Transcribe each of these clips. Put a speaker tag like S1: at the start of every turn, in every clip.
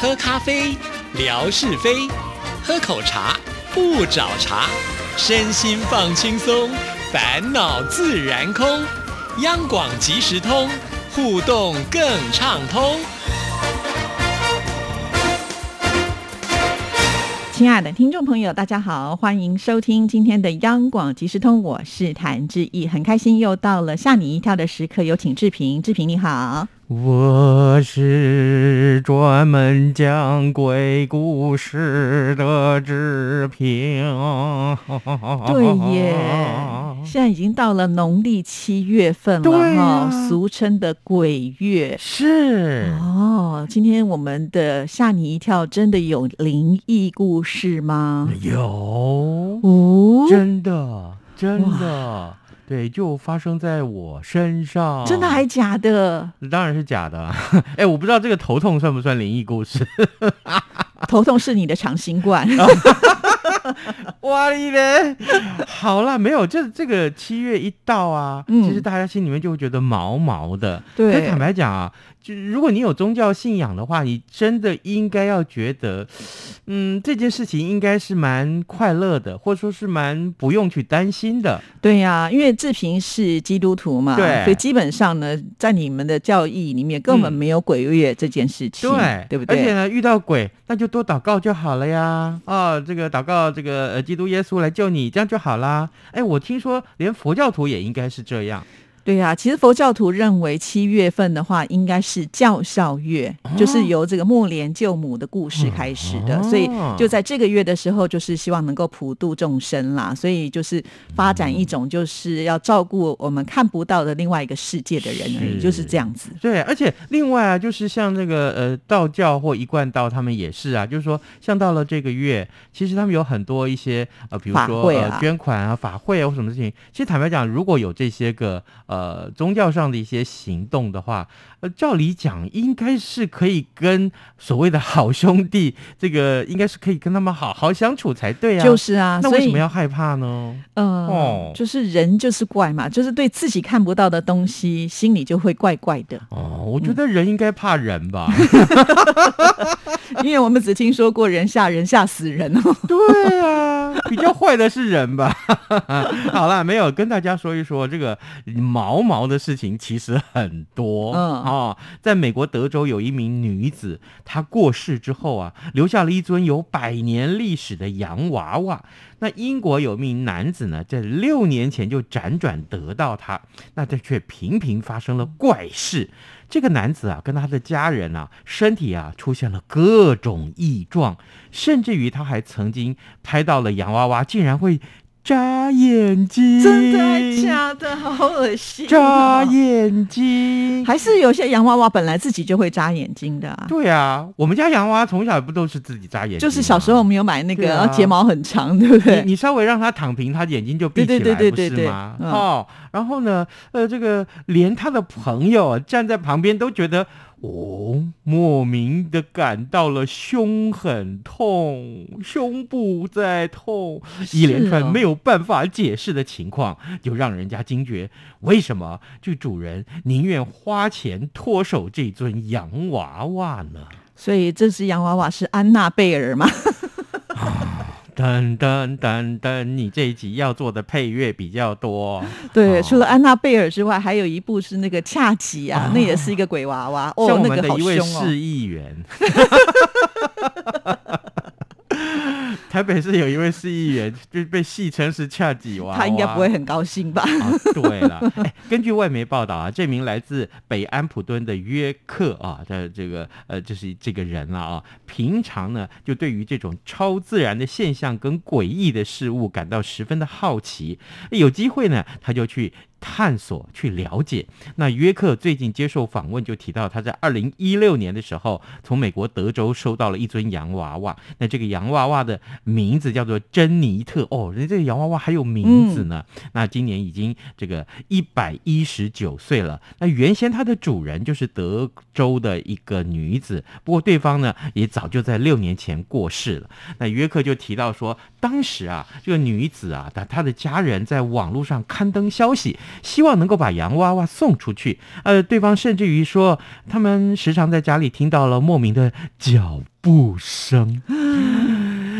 S1: 喝咖啡，聊是非；喝口茶，不找茬。身心放轻松，烦恼自然空。央广即时通，互动更畅通。
S2: 亲爱的听众朋友，大家好，欢迎收听今天的央广即时通，我是谭志毅，很开心又到了吓你一跳的时刻，有请志平，志平你好。
S3: 我是专门讲鬼故事的志平。哦
S2: 对耶，现在已经到了农历七月份了
S3: 对
S2: 哈、
S3: 啊
S2: 俗称的鬼月。
S3: 是
S2: 哦，今天我们的吓你一跳，真的有灵异故事吗？
S1: 哦
S3: 有，
S2: 哦，
S3: 嗯真的，真的，对，就发生在我身上。
S2: 真的还？假的？
S3: 当然是假的。 哎，我不知道这个头痛算不算灵异故事。
S2: 头痛是你的长新冠，
S3: 哦哇你嘞！好啦，没有，这这个七月一到啊，
S2: 嗯
S3: 其实大家心里面就会觉得毛毛的。
S2: 对
S3: 但坦白讲啊，就如果你有宗教信仰的话，你真的应该要觉得，嗯，这件事情应该是蛮快乐的，或者说是蛮不用去担心的。
S2: 对呀、因为志平是基督徒嘛，
S3: 对
S2: 所以基本上呢，在你们的教义里面根本
S3: 嗯
S2: 没有鬼月这件事情，
S3: 对，
S2: 对不
S3: 而且
S2: 对？
S3: 呢，遇到鬼，那就多祷告就好了呀。哦，这个祷告，这个呃，基督耶稣来救你，这样就好啦。哎，我听说连佛教徒也应该是这样。
S2: 对呀、其实佛教徒认为七月份的话，应该是教孝月，
S3: 啊
S2: 就是由这个木莲救母的故事开始的，
S3: 哦
S2: 所以就在这个月的时候，就是希望能够普度众生啦，所以就是发展一种就是要照顾我们看不到的另外一个世界的人而已，
S3: 是
S2: 就是这样子。
S3: 对，而且另外啊，就是像这个呃道教或一贯道，他们也是啊，就是说像到了这个月，其实他们有很多一些呃，比如
S2: 法
S3: 说、
S2: 会啊
S3: 呃捐款啊、法会啊或什么事情。其实坦白讲，如果有这些个呃宗教上的一些行动的话，呃，照理讲应该是可以跟所谓的好兄弟，这个应该是可以跟他们好好相处才对啊。
S2: 就是啊，
S3: 那
S2: 所
S3: 为
S2: 以
S3: 什么要害怕呢？
S2: 嗯，
S3: 哦。
S2: 就是人就是怪嘛，就是对自己看不到的东西，心里就会怪怪的
S3: 哦，我
S2: 嗯
S3: 觉得人应该怕人吧。
S2: 因为我们只听说过人吓人吓死人哦。
S3: 对啊，比较坏的是人吧？ 好啦，没有跟大家说一说这个毛毛的事情，其实很多。
S2: 嗯
S3: 哦，在美国德州有一名女子，她过世之后啊，留下了一尊有百年历史的洋娃娃。那英国有一名男子呢，在六年前就辗转得到她，那这却频频发生了怪事。这个男子啊，跟他的家人啊，身体啊出现了各种异状，甚至于他还曾经拍到了洋娃娃竟然会眨眼睛，
S2: 真的还假的？好恶心、啊
S3: 眨眼睛，
S2: 还是有些洋娃娃本来自己就会眨眼睛的、啊。
S3: 对啊，我们家洋娃从小不都是自己眨眼睛吗？
S2: 就是小时候我们有买那
S3: 对
S2: 个，
S3: 啊
S2: 然后睫毛很长，对不对？
S3: 你你稍微让他躺平，他眼睛就闭起来，
S2: 对对对对
S3: 不
S2: 对
S3: 是吗？
S2: 嗯
S3: 哦，然后呢，呃，这个连他的朋友啊站在旁边都觉得，哦，莫名的感到了胸很痛，胸部在痛，一连
S2: 是哦
S3: 串没有办法解释的情况，就让人家惊觉，为什么这主人宁愿花钱脱手这尊洋娃娃呢？
S2: 所以这只洋娃娃是安娜贝尔嘛？
S3: 哦噔噔噔噔，你这一集要做的配乐比较多。
S2: 对，
S3: 哦
S2: 除了安娜贝尔之外，还有一部是那个恰吉啊，那也是一个鬼娃娃哦
S3: 像，我
S2: 那
S3: 们
S2: 个
S3: 的
S2: 好
S3: 一位
S2: 凶哦
S3: 市。议员。 台北市有一位市议员就被戏称是恰吉娃娃，
S2: 他应该不会。很高兴吧？
S3: 啊，对了、哎根据外媒报道啊，这名来自北安普敦的约克啊的这个呃，就是这个人了啊，平常呢就对于这种超自然的现象跟诡异的事物感到十分的好奇，有机会呢他就去。探索去了解。那约克最近接受访问就提到，他在二零一六年的时候，从美国德州收到了一尊洋娃娃。那这个洋娃娃的名字叫做珍妮特哦，人家这个洋娃娃还有名字呢。那今年已经这个一百一十九岁了。那原先它的主人就是德州的一个女子，不过对方呢也早就在六年前过世了。那约克就提到说，当时啊，这个女子啊，她她的家人在网络上刊登消息，希望能够把洋娃娃送出去。呃，对方甚至于说，他们时常在家里听到了莫名的脚不生，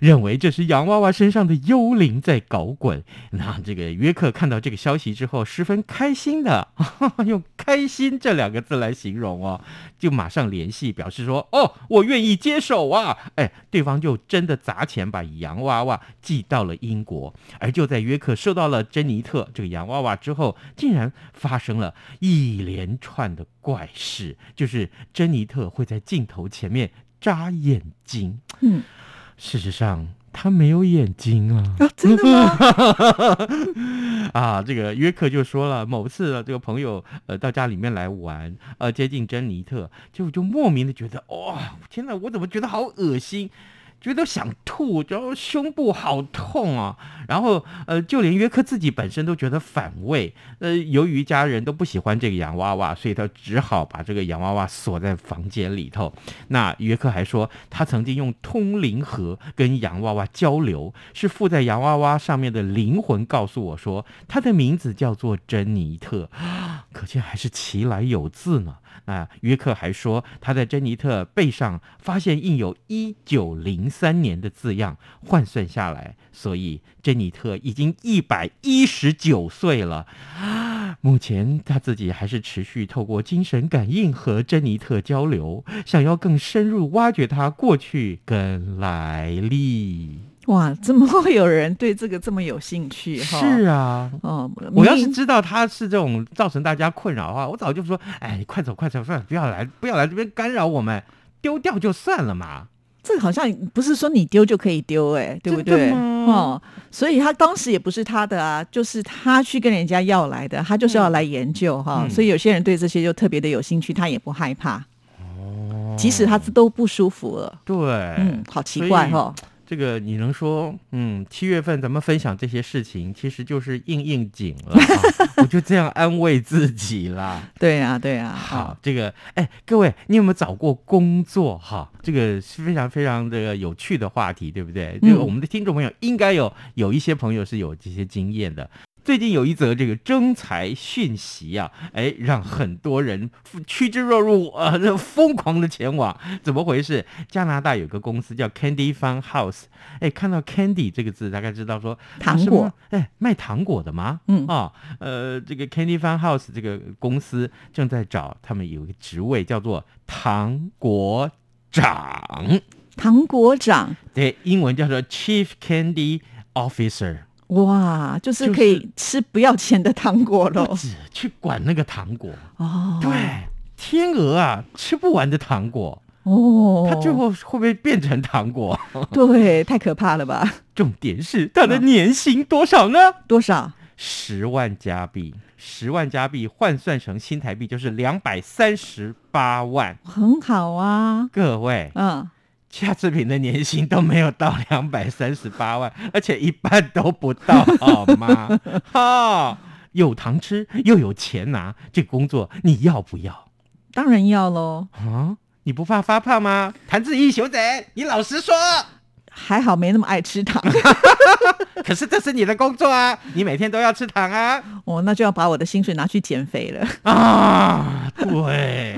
S3: 认为这是洋娃娃身上的幽灵在搞滚。那这个约克看到这个消息之后，十分开心的， 用“开心”这两个字来形容哦，就马上联系，表示说：“哦，我愿意接手啊！”哎，对方就真的砸钱把洋娃娃寄到了英国。而就在约克收到了珍妮特这个洋娃娃之后，竟然发生了一连串的怪事，就是珍妮特会在镜头前面眨眼睛。
S2: 嗯，
S3: 事实上，她没有眼睛啊。
S2: 啊，真的吗？
S3: 啊，这个约克就说了，某次啊这个朋友呃到家里面来玩，呃接近珍妮特，结果就莫名的觉得，哇、天哪，我怎么觉得好恶心？觉得想吐，然后胸部好痛啊，然后呃，就连约克自己本身都觉得反胃。呃，由于家人都不喜欢这个洋娃娃，所以他只好把这个洋娃娃锁在房间里头。那约克还说，他曾经用通灵盒跟洋娃娃交流，是附在洋娃娃上面的灵魂告诉我说，他的名字叫做珍妮特， 可见还是其来有自呢。那约克还说，他在珍妮特背上发现印有一九零三年的字样，换算下来，所以珍妮特已经一百一十九岁了。目前他自己还是持续透过精神感应和珍妮特交流，想要更深入挖掘他过去跟来历。
S2: 哇，怎么会有人对这个这么有兴趣？哈，
S3: 是啊，
S2: 哦，
S3: 我要是
S2: 明
S3: 知道他是这种造成大家困扰的话，我早就说，哎，你快走快走，快走不要来，不要来这边干扰我们，丢掉就算了嘛。
S2: 这个好像不是说你丢就可以丢、哎，对不
S3: 真的
S2: 对？
S3: 吗
S2: 哦，所以他当时也不是他的啊，就是他去跟人家要来的，他就是要来研究哈、
S3: 嗯
S2: 所以有些人对这些就特别的有兴趣，他也不害怕，
S3: 嗯
S2: 即使他都不舒服了，
S3: 对，
S2: 嗯，好奇怪哈、
S3: 哎所这个你能说，嗯，七月份咱们分享这些事情，其实就是应应景了、 啊，我就这样安慰自己啦。
S2: 对啊，对啊，哦
S3: 好，这个哎，各位，你有没有找过工作？哈，这个是非常非常这个有趣的话题，对不对？
S2: 嗯
S3: 这个我们的听众朋友应该有有一些朋友是有这些经验的。最近有一则这个征才讯息啊，哎，让很多人趋之若鹜，呃，这疯狂的前往。怎么回事？加拿大有个公司叫 Candy Fun House，哎，看到 Candy 这个字，大概知道说
S2: 糖
S3: 啊是
S2: 果
S3: 吗哎，卖糖果的吗？
S2: 嗯
S3: 啊、呃，这个 Candy Fun House 这个公司正在找他们有一个职位叫做糖果长，
S2: 唐国长，
S3: 对，英文叫做 Chief Candy Officer。
S2: 哇，就是可以吃不要钱的糖果喽
S3: 不，止去管那个糖果，
S2: 哦，
S3: 对，天鹅啊，吃不完的糖果，
S2: 哦，
S3: 它最后会不会变成糖果？
S2: 对，太可怕了吧？
S3: 重点是它的年薪多少呢？
S2: 多少？
S3: 十万加币，十万加币换算成新台币就是两百三十八万。
S2: 很好啊，
S3: 各位，
S2: 嗯。
S3: 夏志平的年薪都没有到两百三十八万，而且一半都不到，好吗？ 哈、有糖吃又有钱拿，这个工作你要不要
S2: 当然要喽，
S3: 啊？你不怕发胖吗？谭志毅熊仔，你老实说。
S2: 还好没那么爱吃糖
S3: 可是这是你的工作啊，你每天都要吃糖啊。
S2: 哦，那就要把我的薪水拿去减肥了。
S3: 啊，对，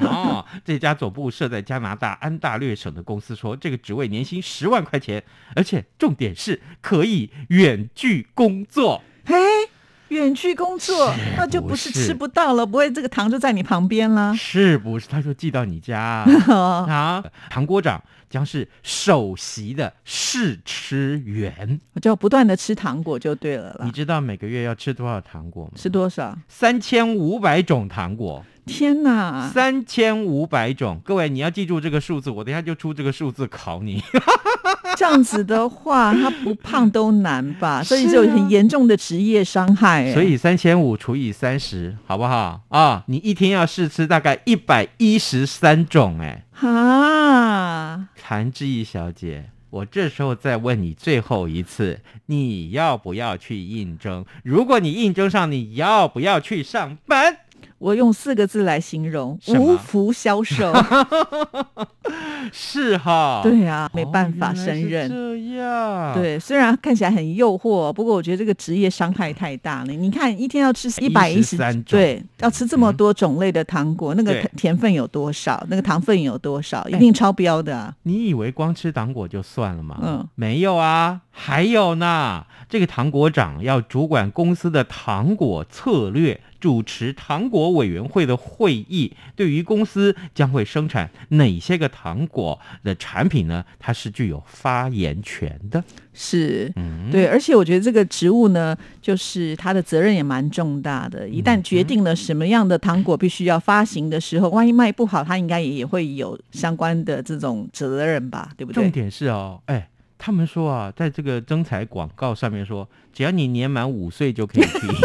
S3: 哦，这家总部设在加拿大安大略省的公司说，这个职位年薪十万块钱，而且重点是可以远距工作。
S2: 嘿，远距工作，
S3: 是
S2: 那就不
S3: 不
S2: 是
S3: 是
S2: 吃不到了，不会这个糖就在你旁边啦。
S3: 是不是？他说寄到你家啊
S2: 哦
S3: 啊，唐国长将是首席的试吃员。
S2: 我就要不断的吃糖果就对了
S3: 你
S2: 啦。
S3: 知道每个月要吃多少糖果吗？
S2: 是多少？
S3: 三千五百种糖果，
S2: 天哪！
S3: 三千五百种。各位，你要记住这个数字，我等一下就出这个数字考你。
S2: 这样子的话，他不胖都难 吧？所以
S3: 是
S2: 就
S3: 啊
S2: 很严重的职业伤害、哎
S3: 所，以三千五除以三十，好不好啊？你一天要试吃大概一百一十三种、哎，
S2: 哈，
S3: 谭志毅小姐，我这时候再问你最后一次，你要不要去应征？如果你应征上，你要不要去上班？
S2: 我用四个字来形容：
S3: 什么
S2: 无福消受。
S3: 是哈，
S2: 对啊
S3: 哦，，
S2: 没办法
S3: 原来是
S2: 胜任。
S3: 这样，
S2: 对，虽然看起来很诱惑，不过我觉得这个职业伤害太大了。你看，一天要吃一百一十
S3: 113种嗯
S2: 对，要吃这么多种类的糖果，那个
S3: 对哎
S2: 甜甜分有多少，那个糖分有多少，一定超标的、啊。
S3: 你以为光吃糖果就算了吗？
S2: 嗯，
S3: 没有啊，还有呢。这个糖果长要主管公司的糖果策略，主持糖果委员会的会议。对于公司将会生产哪些个糖果的产品呢？它是具有发言权的。
S2: 是，
S3: 嗯，
S2: 对，而且我觉得这个职务呢，就是他的责任也蛮重大的。一
S3: 嗯
S2: 旦决定了什么样的糖果必须要发行的时候，万一卖不好，他应该也也会有相关的这种责任吧，对不
S3: 重
S2: 对？
S3: 点是哦，哎，他们说啊，在这个征才广告上面说，只要你年满五岁就可以提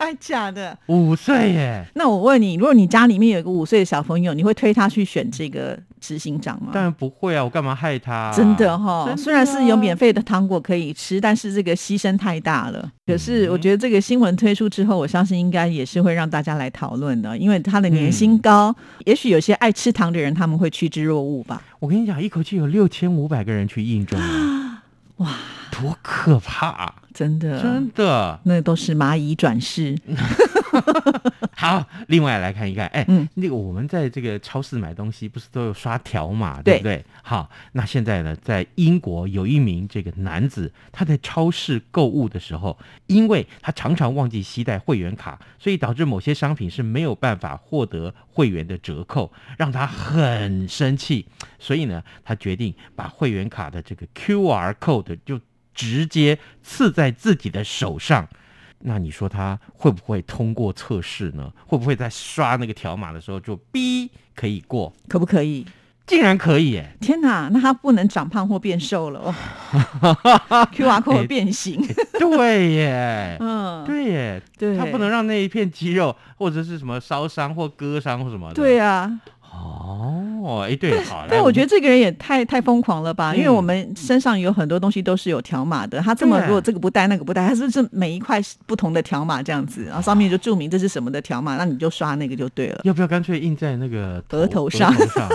S2: 太假的。
S3: 五岁耶。
S2: 那我问你，如果你家里面有一个五岁的小朋友，你会推他去选这个执行长吗？
S3: 当然不会啊，我干嘛害他啊、
S2: 真的哦哈、
S3: 真的啊
S2: 虽然是有免费的糖果可以吃，但是这个牺牲太大了。可
S3: 嗯
S2: 是我觉得这个新闻推出之后，我相信应该也是会让大家来讨论的，因为他的年薪
S3: 嗯
S2: 高，也许有些爱吃糖的人他们会趋之若鹜吧。
S3: 我跟你讲，一口气有六千五百个人去应征啊，
S2: 哇，
S3: 多可怕、啊！
S2: 真的，
S3: 真的。
S2: 那都是蚂蚁转世。
S3: 好，另外来看一看，哎，
S2: 嗯
S3: 那个我们在这个超市买东西不是都有刷条码，对不对？好，那现在呢，在英国有一名这个男子，他在超市购物的时候，因为他常常忘记携带会员卡，所以导致某些商品是没有办法获得会员的折扣，让他很生气。所以呢，他决定把会员卡的这个 QR code 就直接刺在自己的手上。那你说他会不会通过测试呢？会不会在刷那个条码的时候就 B 可以过？
S2: 可不可以？
S3: 竟然可以耶！
S2: 天哪，那他不能长胖或变瘦了哦 ，QR code 变形，
S3: 对 耶，
S2: 嗯，
S3: 哎对耶，
S2: 对
S3: 他不能让那一片肌肉或者是什么烧伤或割伤或什么的。
S2: 对啊，
S3: 哦，哎，对，好。来
S2: 但我觉得这个人也太太疯狂了吧？
S3: 嗯
S2: 因为我们身上有很多东西都是有条码的，他这么
S3: 对啊
S2: 如果这个不带那个不带，他是不是每一块是不同的条码这样子？然后上面就注明这是什么的条码，那你就刷那个就对了。
S3: 要不要干脆印在那个
S2: 额头上
S3: 额头上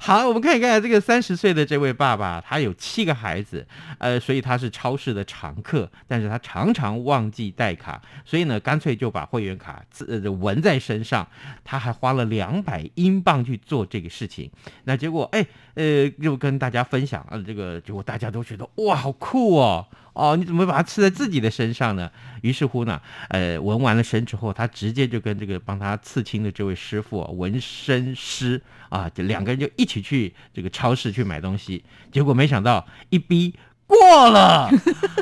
S3: 好，我们看一看这个三十岁的这位爸爸，他有七个孩子，呃，所以他是超市的常客，但是他常常忘记带卡，所以呢，干脆就把会员卡自、呃、纹在身上。他还花了两百英镑去做这个事情，那结果哎，呃，就跟大家分享啊，这个结果大家都觉得哇，好酷哦，哦，你怎么会把它刺在自己的身上呢？于是乎呢，呃，纹完了身之后，他直接就跟这个帮他刺青的这位师傅、啊、纹身师啊，这两个人就一起去这个超市去买东西，结果没想到一逼过了，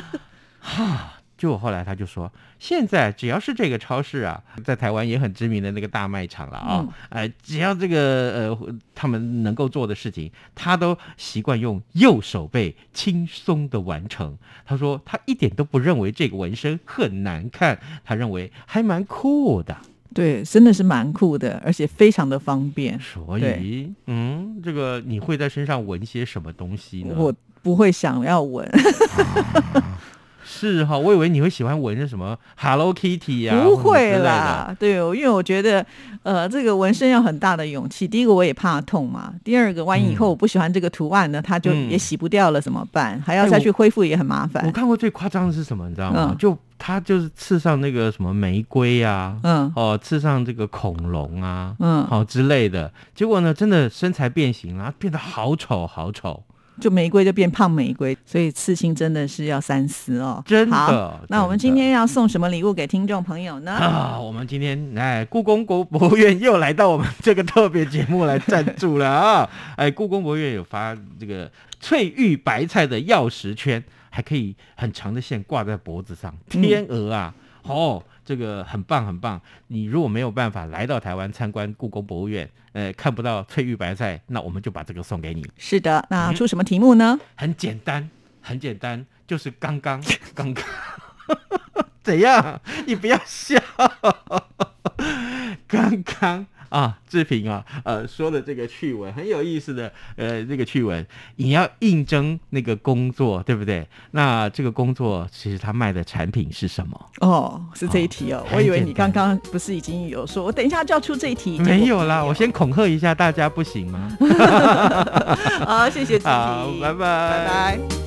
S3: 哈。就我后来他就说，现在只要是这个超市啊，在台湾也很知名的那个大卖场了啊、
S2: 嗯
S3: 呃，只要这个呃他们能够做的事情，他都习惯用右手背轻松的完成。他说他一点都不认为这个纹身很难看，他认为还蛮酷的。
S2: 对，真的是蛮酷的，而且非常的方便。
S3: 所以
S2: 对，
S3: 嗯，这个你会在身上纹些什么东西呢？
S2: 我不会想要纹，
S3: 是哈、我以为你会喜欢纹什么 Hello Kitty 呀、
S2: 不
S3: 或者之
S2: 会
S3: 类的
S2: 啦。对，因为我觉得，呃，这个纹身要很大的勇气。第一个我也怕痛嘛，第二个万一以后我不喜欢这个图案呢，它就
S3: 嗯
S2: 也洗不掉了，怎么办？还
S3: 哎
S2: 要再
S3: 我
S2: 去恢复也很麻烦
S3: 我。看过最夸张的是什么，你知道吗？
S2: 嗯
S3: 就他就是刺上那个什么玫瑰呀、
S2: 嗯
S3: 哦，刺上这个恐龙啊，
S2: 嗯
S3: 好、之类的。结果呢，真的身材变形了，变得好丑，好丑。
S2: 就玫瑰就变胖玫瑰，所以刺青真的是要三思哦。
S3: 真的
S2: 好，那我们
S3: 真
S2: 今
S3: 的
S2: 天要送什么礼物给听众朋友呢？
S3: 啊，我们今天哎，故宫国博物院又来到我们这个特别节目来赞助了啊！哎， 故宫博物院有发这个翠玉白菜的钥匙圈，还可以很长的线挂在脖子上，
S2: 嗯
S3: 天鹅啊，哦，这个很棒很棒。你如果没有办法来到台湾参观故宫博物院，呃，看不到翠玉白菜，那我们就把这个送给你，
S2: 是的，那出什么题目呢？
S3: 很简单，很简单，就是刚 刚刚刚。怎样？你不要笑。刚刚啊，志平啊，呃，说的这个趣闻很有意思的，呃，这个趣闻，你要应征那个工作，对不对？那这个工作其实他卖的产品是什么？
S2: 哦，是这一题哦，
S3: 哦
S2: 我以为你
S3: 很简
S2: 刚
S3: 单
S2: 刚不是已经有说，我等一下就要出这一题，
S3: 没有啦，
S2: 结果
S3: 我先恐吓一下大家，不行吗？
S2: 好，谢谢志
S3: 好
S2: 平，，
S3: 拜拜
S2: 拜拜。